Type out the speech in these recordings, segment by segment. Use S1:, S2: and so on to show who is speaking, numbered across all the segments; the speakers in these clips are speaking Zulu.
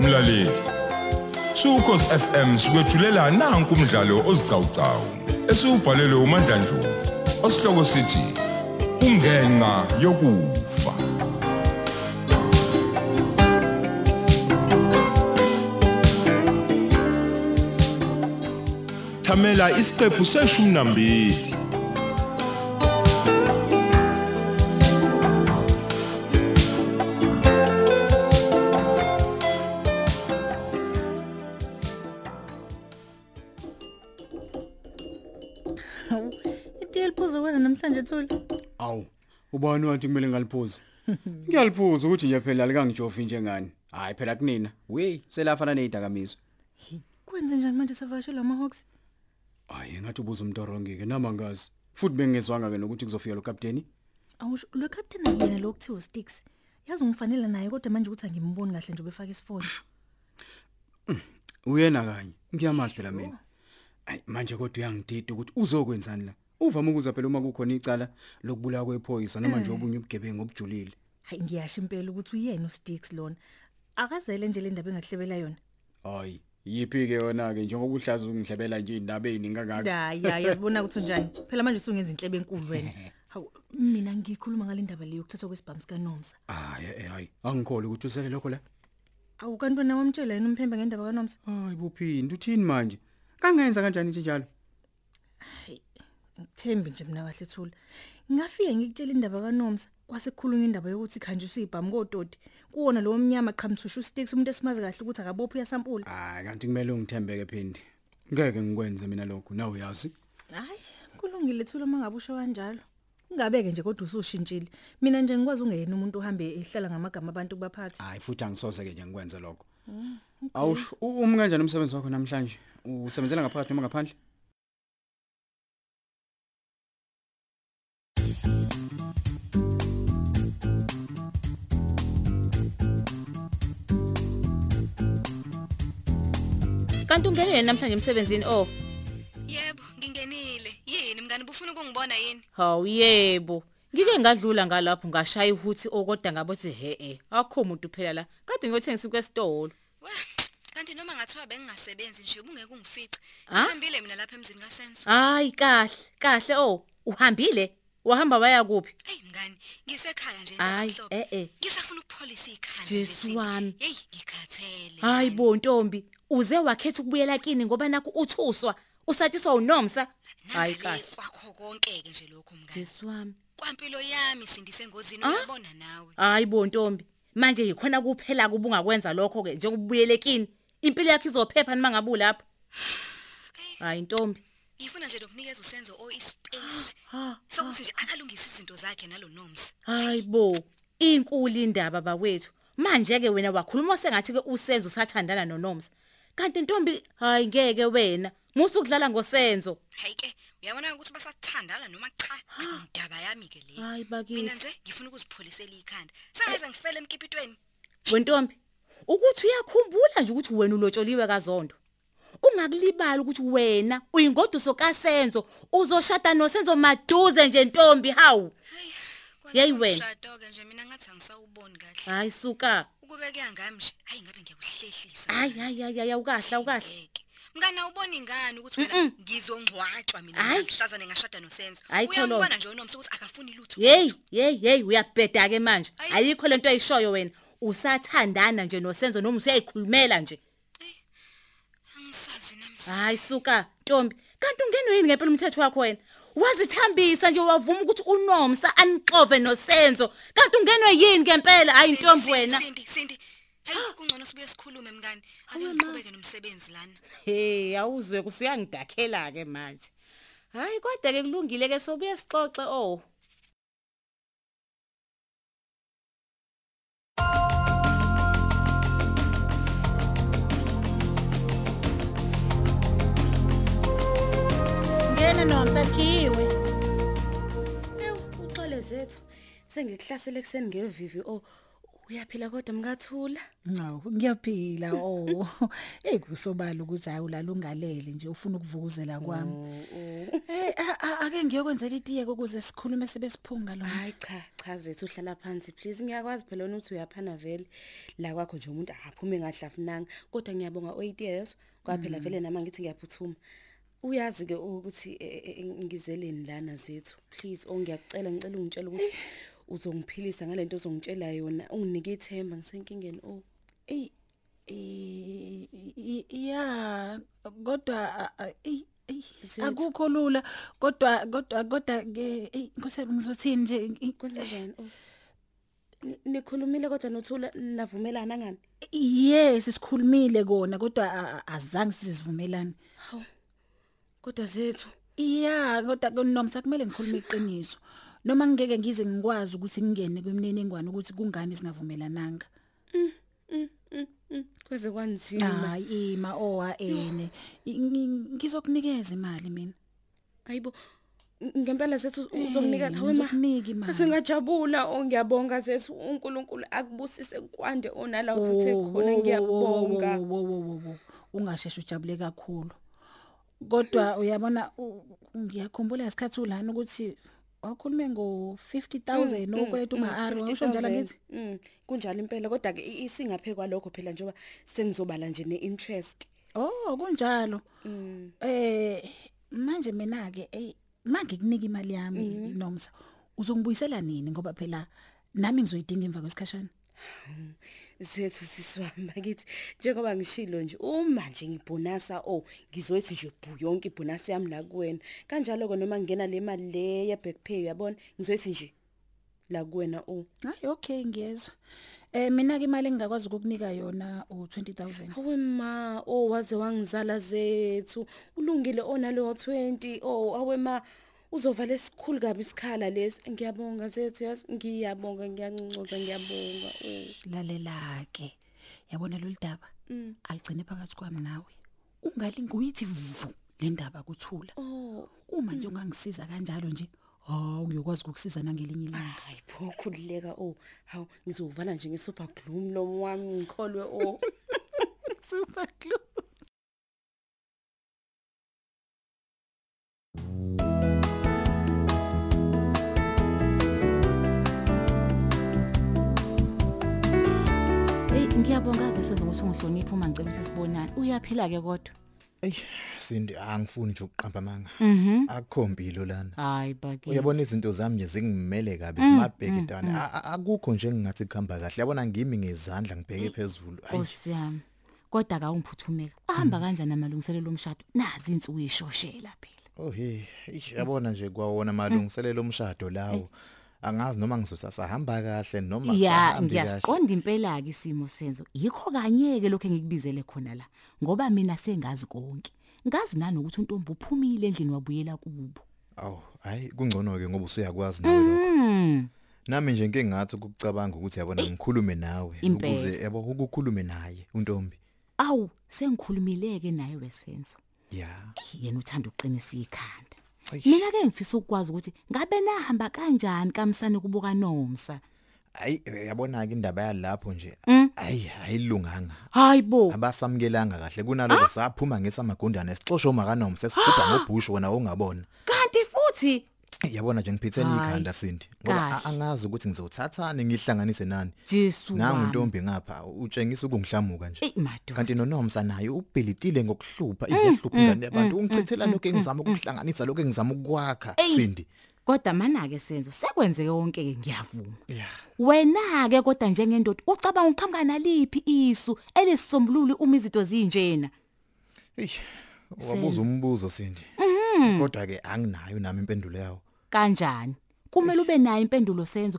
S1: mlaleli Sukhosi FM sikwethulela nanku umdlalo ozicawucawu esiubhalelwe uMandla Ndlovu osihloko sithi ungenqa yokufa Thamela isiqephu seshumi nambili
S2: Hawu, itiye liphuza wena namhlanje Thuli.
S3: Awu, ubani wathi kumele ngaliphuza? Ngiyaliphuza ukuthi nje phela likangijofi njengani. Hayi phela kunina. We, selafana nezidakamizwa.
S2: Kwenze njani manje savashe lamahawks?
S3: Hayi engathi ubuza umuntu orongike nama ngazi. Futhi bengezwanga ke nokuthi kuzofika lo captain.
S2: Awusho lo captain yena lo kuthiwa Sticks. Yazi ngifanele naye kodwa manje ukuthi angimboni kahle nje ubefaka isifoni.
S3: Uyena kanye. Ngiyamazi phela mina. Hayi manje kodwa uyangidida ukuthi uzokwenzani la. Uvama ukuza phela uma kukhona icala lokubulawa kwephoyisa noma nje obunye ubugebengu obujulile.
S2: Hayi ngiyasho impela ukuthi uyena uSticks lona. Akazele nje le ndaba engakuhlebela yona.
S3: Hayi, yipi ke yona ke njengoba uhlaza ungihlebela nje indaba eziningi kangaka.
S2: Hayi hayi yazibona ukuthi unjani. Phela manje usungenza inhlebe enkulu wena. Hawu mina ngikhuluma ngale ndaba leyo kuthathwa kwesibhamu sika Nomsa.
S3: Hayi, eh, hayi. Angikholi ukuthi usele lokho la.
S2: Awu kantwana wamtshela yena umphembe ngendaba ka Nomsa.
S3: Hayi buphinde uthini manje? Kangenza kanjani nje njalo?
S2: Ngithembi nje mina kahle Thuli. Ngafike ngikutshela indaba ka Nomsa kwasekukhulunywa indaba yokuthi khanjiswa izibhamu kododi. Kuwona lo mnyama qhamthusha uSticks umuntu esimazi kahle ukuthi akabophi yasampula.
S3: Hayi kanti kumele ungithembeke phindi. Ngeke ngikwenze mina lokho. Nawe uyazi.
S2: Hayi kulungile Thuli mangabusho kanjalo. Ungabeke nje kodwa usushintshile. Mina nje ngikwazi ungeyena umuntu ohambe ehlala ngamagama abantu kubaphathi.
S3: Hayi futhi angisoze ke nje ngikwenze lokho. Awusho u- umi kanjani umsebenzi wakho namhlanje? Usebenzela ngaphakathi noma ngaphandle?
S4: kanti ungenile namhlanje emsebenzini oh
S5: Yebo, ngingenile. Yini mngani bufuna ukungibona yini?
S4: hawu yebo ngike ngadlula ngalapho ngashaya ihuthi okodwa ngabothi he-e akho umuntu phela la kade ngiyothengisa kwesitolo
S5: We, kanti noma ngathiwa bengingasebenzi nje ubungeke ungifice.
S4: Ah?
S5: Ngihambile mina lapha emzini kaSenzo.
S4: hayi kahle kahle oh uhambile wahamba waya kuphi
S5: Hey mngani, ngisekhaya nje
S4: Ayi,
S5: emhlophe.
S4: eh-eh.
S5: Ngisafuna ukupholisa ikhanda.
S4: eh, Jesu
S5: lesi.
S4: wami.
S5: Hey, ngikhathele.
S4: hayi
S5: mngani.
S4: bo ntombi uze wakhetha ukubuyela kini ngoba nakho uthuswa usatshiswa unomsa
S5: Nanga
S4: hayi
S5: le
S4: kahle
S5: Kwakho konke ke nje lokho mngani.
S4: jesu Ah? wami
S5: Kwampilo yami sindise ngozini uyabona nawe.
S4: hayi bo ntombi manje yikhona kuphela kubungakwenza lokho ke njengokubuyele kini impilo yakhe izophepha noma ngabu lapha hayi ntombi
S5: Ngifuna nje lokunikeza uSenzo o ispace.
S4: Ah,
S5: Sokuthi nje akalungise izinto zakhe nalo Nomsa.
S4: Hayi bo, inkulu indaba bakwethu. Manje ke wena wakhuluma sengathi ke usenzo sathandana noNomsa. Kanti intombi hayi ngeke wena, musu ukudlala ngosenzo.
S5: Hayi ke, uyabona ukuthi basathandana noma cha,
S4: Ah.
S5: indaba yami ke leyo.
S4: Hayi
S5: mina
S4: bakithi.
S5: nje ngifuna ukuzipholisela ikhanda sengaze ngifele emkipitweni
S4: Wentombi, ukuthi uyakhumbula nje ukuthi wena ulotsholiwe kaZondo. Ungakulibali ukuthi wena uyingoduso kaSenzo, uzoshada noSenzo maduze nje intombi hawu. Yeyi wena. Ah.
S5: shato-ke nje mina ngathi angisawuboni kahle
S4: Hayi suka.
S5: ukube kuya ngami nje hayi ngabe ngiyakuhlehlisa
S4: Hayi hayi hayi awukahla awukahla.
S5: Ngeke. mngani awuboni ngani ukuthi wena ngizongcwatshwa mina
S4: Hayi.
S5: mhlazane ngashada nosenzo
S4: Hayi, Kholo.
S5: uyambona nje unomsa ukuthi akafuni lutho
S4: Hey, hey, hey, uyabheda ke manje.
S5: Ayi.
S4: Ayikho lento ayishoyo wena. Usathandana nje noSenzo noma usiyayikhulumela nje.
S5: angisazi nami
S4: Hayi suka, Ntombi. Kanti ungenwe yini ngempela umthetho wakho wena? Wazithambisa nje wavuma ukuthi uNomsa anixove noSenzo. Kanti ungenwe yini ngempela? Hayi
S5: Sindi,
S4: Ntombi
S5: Sindi,
S4: wena.
S5: Sindi, sindi hayi kungcono sibuye sikhulume mngani ake ngiqhubeke nomsebenzi lana
S4: Hey, awuzwe kusuyangidakhela ke manje. Hayi kodwa ke kulungile ke sobuye sixoxe oh.
S2: Ngena Nomsa khiwe.
S4: Ewu, uxole zethu. Sengikuhlasele ekseni ngevivi o
S2: oh, uyaphila kodwa mkathula
S6: Naw, ngiyaphila oh. Hey kusobala ukuthi hayi ulala ungalele nje ufuna ukuvukuzela kwami. Hey a- a- ake ngiyokwenzela itiye ukuze sikhulume sibe siphunga lo.
S7: hayi cha cha zethu uhlala phansi please ngiyakwazi phela wena uthi uyaphana vele la kwakho nje umuntu akaphumi ngahlafunanga kodwa ngiyabonga o8years kwaphela vele nama ngithi ngiyaphuthuma uyazi ke ukuthi eh, eh, eh, ngizeleni lana zethu please oh ngiyacela ngicela ungitshela ukuthi uzongiphilisa ngalento ozongitshela yona unginike ithemba ngisenkingeni oh
S6: Ey eh, i- ya kodwa a- a- ey ey, akukho lula kodwa kodwa kodwa ke ey ngose ngizothini nje i-
S7: kwenzenjani oh N- nikhulumile kodwa nothula navumelana ngani
S6: yes sikhulumile kona kodwa a- a- azange sizivumelane
S7: kodwa zethu
S6: iya kodwa kunomsa kumele ngikhulume iqiniso noma ngeke ngize ngikwazi ukuthi ngingene kwemniningwane ukuthi kungani singavumelananga
S7: Mm, kweze kwanzima
S6: hayi ima owa ene I- ngi- ngizokunikeza imali mina
S7: hayibo ng- ngempela zethu uz- uzonginika
S6: Eh,
S7: thawe
S6: ngizokunika imali.
S7: Singajabula ongiyabonga oh, zethu uNkulunkulu akubusise kwande onala uthathe
S6: Wo,
S7: khona
S6: wo, wo,
S7: ngiyabonga.
S6: wo, wo, wo, wo, wo, wo. ungasheshe ujabule kakhulu kodwa uyabona u- ngiyakhumbula isikhathi ulana ukuthi wakhulume ngo 50000 okweleta uma ari washo njalo ngithi
S7: Mm, kunjalo impela kodwa ke i- isingaphe kwalokho phela njoba sengizobala nje neinterest.
S6: Oh kunjalo.
S7: Mm.
S6: Eh manje mina ke ey mangi kunika imali yami
S7: Mm-hmm.
S6: nomsa. Uzongibuyisela nini ngoba phela nami ngizoyidinga emva kwesikhashana.
S7: Zethu siswami bakithi njengoba ngishilo nje uma nje ngibonasa oh ngizothi nje bu yonke ibonasi yami la kuwena. Kanjalo ke noma ngena le mali le ye back pay uyabona ngizothi nje la kuwena oh
S6: Hayi okay ngiyezwa. Eh mina ke imali engingakwazi ukukunika yona
S7: oh,
S6: u20000.
S7: Hawe ma, oh waze wangizala zethu. Ulungile ona lo 20. Oh hawe ma, uzovala esikhulu kabi isikhala lesi. Ngiyabonga zethu, yazi ngiyabonga, ngiyancuncula, ngiyabonga. Oh.
S6: Lalela ke. Yabona lo lidaba.
S7: Mm.
S6: Aligcine phakathi kwami nawe. Ungalinguyithi vu le ndaba kuthula.
S7: Oh,
S6: Uma nje ungangisiza kanjalo nje, hawu ngiyokwazi ukukusiza nangelinye ilanga.
S7: Ah, hayi pho khulileka oh. Hawu, ngizovala nje ngesuper glue lo wami ngikholwe oh.
S6: Super clue.
S4: Hey ngiyabonga ke senzo ukuthi ungihloniphe uma ngicela ukuthi sibonane. Uyaphila ke kodwa.
S8: Ey, sindi angifuni nje ukuqamba manga.
S4: Mhm.
S8: Akho impilo lana.
S4: Hayi baki.
S8: Uyabona izinto zami nje zingimele kabi
S4: Mm,
S8: simabhekidana. Akukho nje engathi kuhamba kahle. Yabona ngimi ngezandla ngibheke
S4: Mm,
S8: phezulu. Hayi.
S4: Nkosi yami. Kodwa ka ungiphuthumeka. Ahamba kanjani amalungiselelo omshado? Nazi insuku yishoshela phela.
S8: Oh hey, eish,
S4: Mm.
S8: yabona nje kwawona malungiselelo omshado lawo. Angazi noma ngizosasahamba kahle noma
S4: Ya
S8: akusahambi
S4: ngiyasiqonda impela ke isimo senzo. Yikho kanye ke lokho engikubizele khona la. Ngoba mina sengazi konke. Ngazi nanokuthi untombi uphumile endlini wabuyela kubo.
S8: Aw, hayi kungcono ke ngoba usuyakwazi nawe lokho.
S4: Mhm.
S8: Nami nje ngeke ngathi ukucabanga ukuthi yabona ngikhulume nawe
S4: Impela.
S8: ukuze yabo ukukhulume naye untombi.
S4: Awu sengikhulumileke naye wesenzo.
S8: Yeah.
S4: yena uthanda uqinisa ikhanda
S8: Eish.
S4: mina ke ngifisa ukwazi ukuthi ngabe nahamba kanjani kamsane kubuka nomsa
S8: Hayi yabona ke eh, indaba yalapho nje.
S4: Mm.
S8: Hayi ayilunganga.
S4: hayibo
S8: Abasamkelanga kahle
S4: Ah!
S8: kunaloko saphuma ngesamagondana esixoshwa makanomse sesibhuda ngobhushu wona ongabona.
S4: kanti futhi
S8: Yabona nje ngiphithele
S4: Hayi.
S8: ikhanda Sindi ngoba a-
S4: Kahle.
S8: angazi ukuthi ngizothathana ngihlanganise nani.
S4: Jesu
S8: Nangu
S4: wami.
S8: ntombi ngapha utshengisa ukungihlamuka nje.
S4: Ey, madoda.
S8: Kanti nonomsa naye ubhelitile ngokuhlupa
S4: Mm,
S8: iyahlupha ingane yabantu ungichithela lokho engizama ukuhlanganisa lokho engizama ukwakha Sindi.
S4: kodwa mana ke senzo sekwenzeke wonke ke ngiyavuma
S8: Yeah.
S4: wena ke kodwa njengendoda ucabanga uqhamuka naliphi isu elisombululi uma izinto zinjena
S8: Eish.
S4: mm,
S8: Wabuza umbuzo Sindi.
S4: Mm-hmm.
S8: Kodwa ke anginayo nami impendulo yawo.
S4: kanjani kumele ube nayo impendulo senzo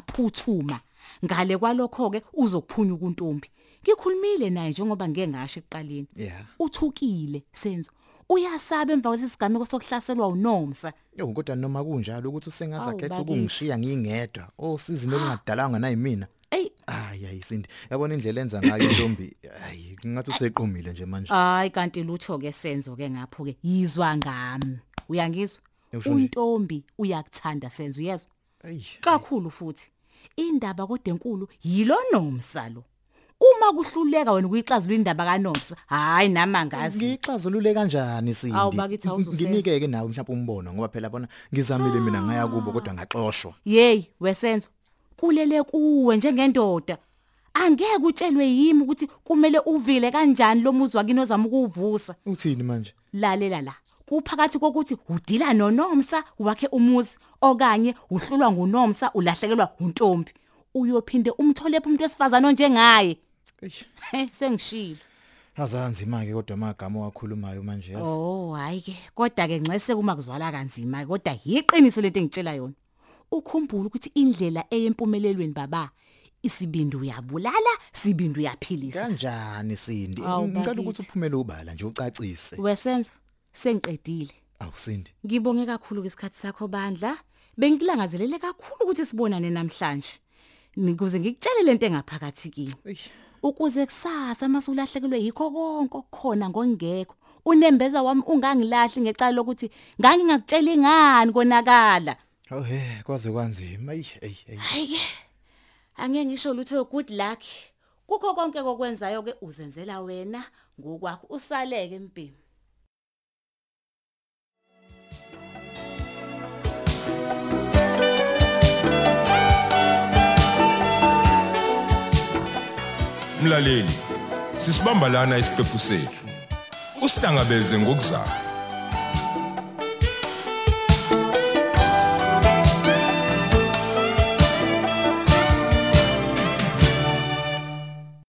S4: kuyaphuthuma ngale kwalokho ke uzokuphunya kuntombi ngikhulumile naye njengoba ngeke ngasho eqaleni
S8: Yeah.
S4: uthukile senzo uyasaba emva kwalesi sigameko sokuhlaselwa uNomsa
S8: Yo kodwa noma kunjalo ukuthi usengazakhetha
S4: bakithi. Ah.
S8: ukungishiya ngingedwa osizini olungadalanga nayi mina
S4: ey
S8: hayi ayisindi yabona indlela enza ngayo ntombi hayi ngathi useqomile nje manje
S4: hayi kanti lutho ke senzo ke ngapho ke yizwa ngami uyangizwa
S8: Yosho nje.
S4: untombi uyakuthanda senzo uyezwa
S8: Ayi,
S4: kakhulu futhi indaba kodenkulu yilo nomsa lo uma kuhluleka wena ukuyixazula indaba kaNomsa hayi nama ngazi
S8: Ngixazulule kanjani Sindi?
S4: Awu, bakithi awuzosiza.
S8: Nginike ke nawe mhlawumbe umbono ngoba phela bona ngizamile mina ngaya kubo kodwa ngaxoshwa.
S4: Yey, wesenzo. Kulele kuwe njengendoda. Angeke utshelwe yimi ukuthi kumele uvile kanjani lo muzwa kini ozama ukuvusa.
S8: Uthini manje?
S4: Lalela la. Kuphakathi kokuthi udila noNomsa wakhe umuzi okanye uhlulwa nguNomsa ulahlekelwa untombi. Uyophinde umthole ephi umuntu esifazana onjengaye.
S8: Eish.
S4: He, sengishilo.
S8: Azanzi imake kodwa amagama owakhulumayo manje yazi.
S4: Oh, hayi ke. Kodwa ke ngxese kuma kuzwala kanzima kodwa yiqiniso lento engitshela yona. Ukhumbula ukuthi indlela eyempumelelweni baba isibindi uyabulala, sibindi uyaphilisa.
S8: Kanjani Sindi?
S4: Awu,
S8: Ngicela ukuthi
S4: bakithi.
S8: uphumele ubala nje ucacise.
S4: Wesenzo sengiqedile.
S8: Awusindi.
S4: Ngibonge kakhulu ngesikhathi sakho bandla. Bengilangazelele kakhulu ukuthi sibonane namhlanje. Nikuze ngikutshele lento engaphakathi kini. Ukuze kusasa masulahlekelwe yikho konke okukhona ngongekho. Unembeza wami ungangilahli ngecala lokuthi ngangingakutshela ingani konakala.
S8: Oh he, kwaze kwanzima. Ey, ey, ey.
S4: Hayike. Angeke ngisho lutho good luck. Kukho konke kokwenzayo ke uzenzela wena ngokwakho usaleke impimo.
S1: Mlaleli, sisibamba lana isiqephu sethu. Usidangabeze ngokuzayo.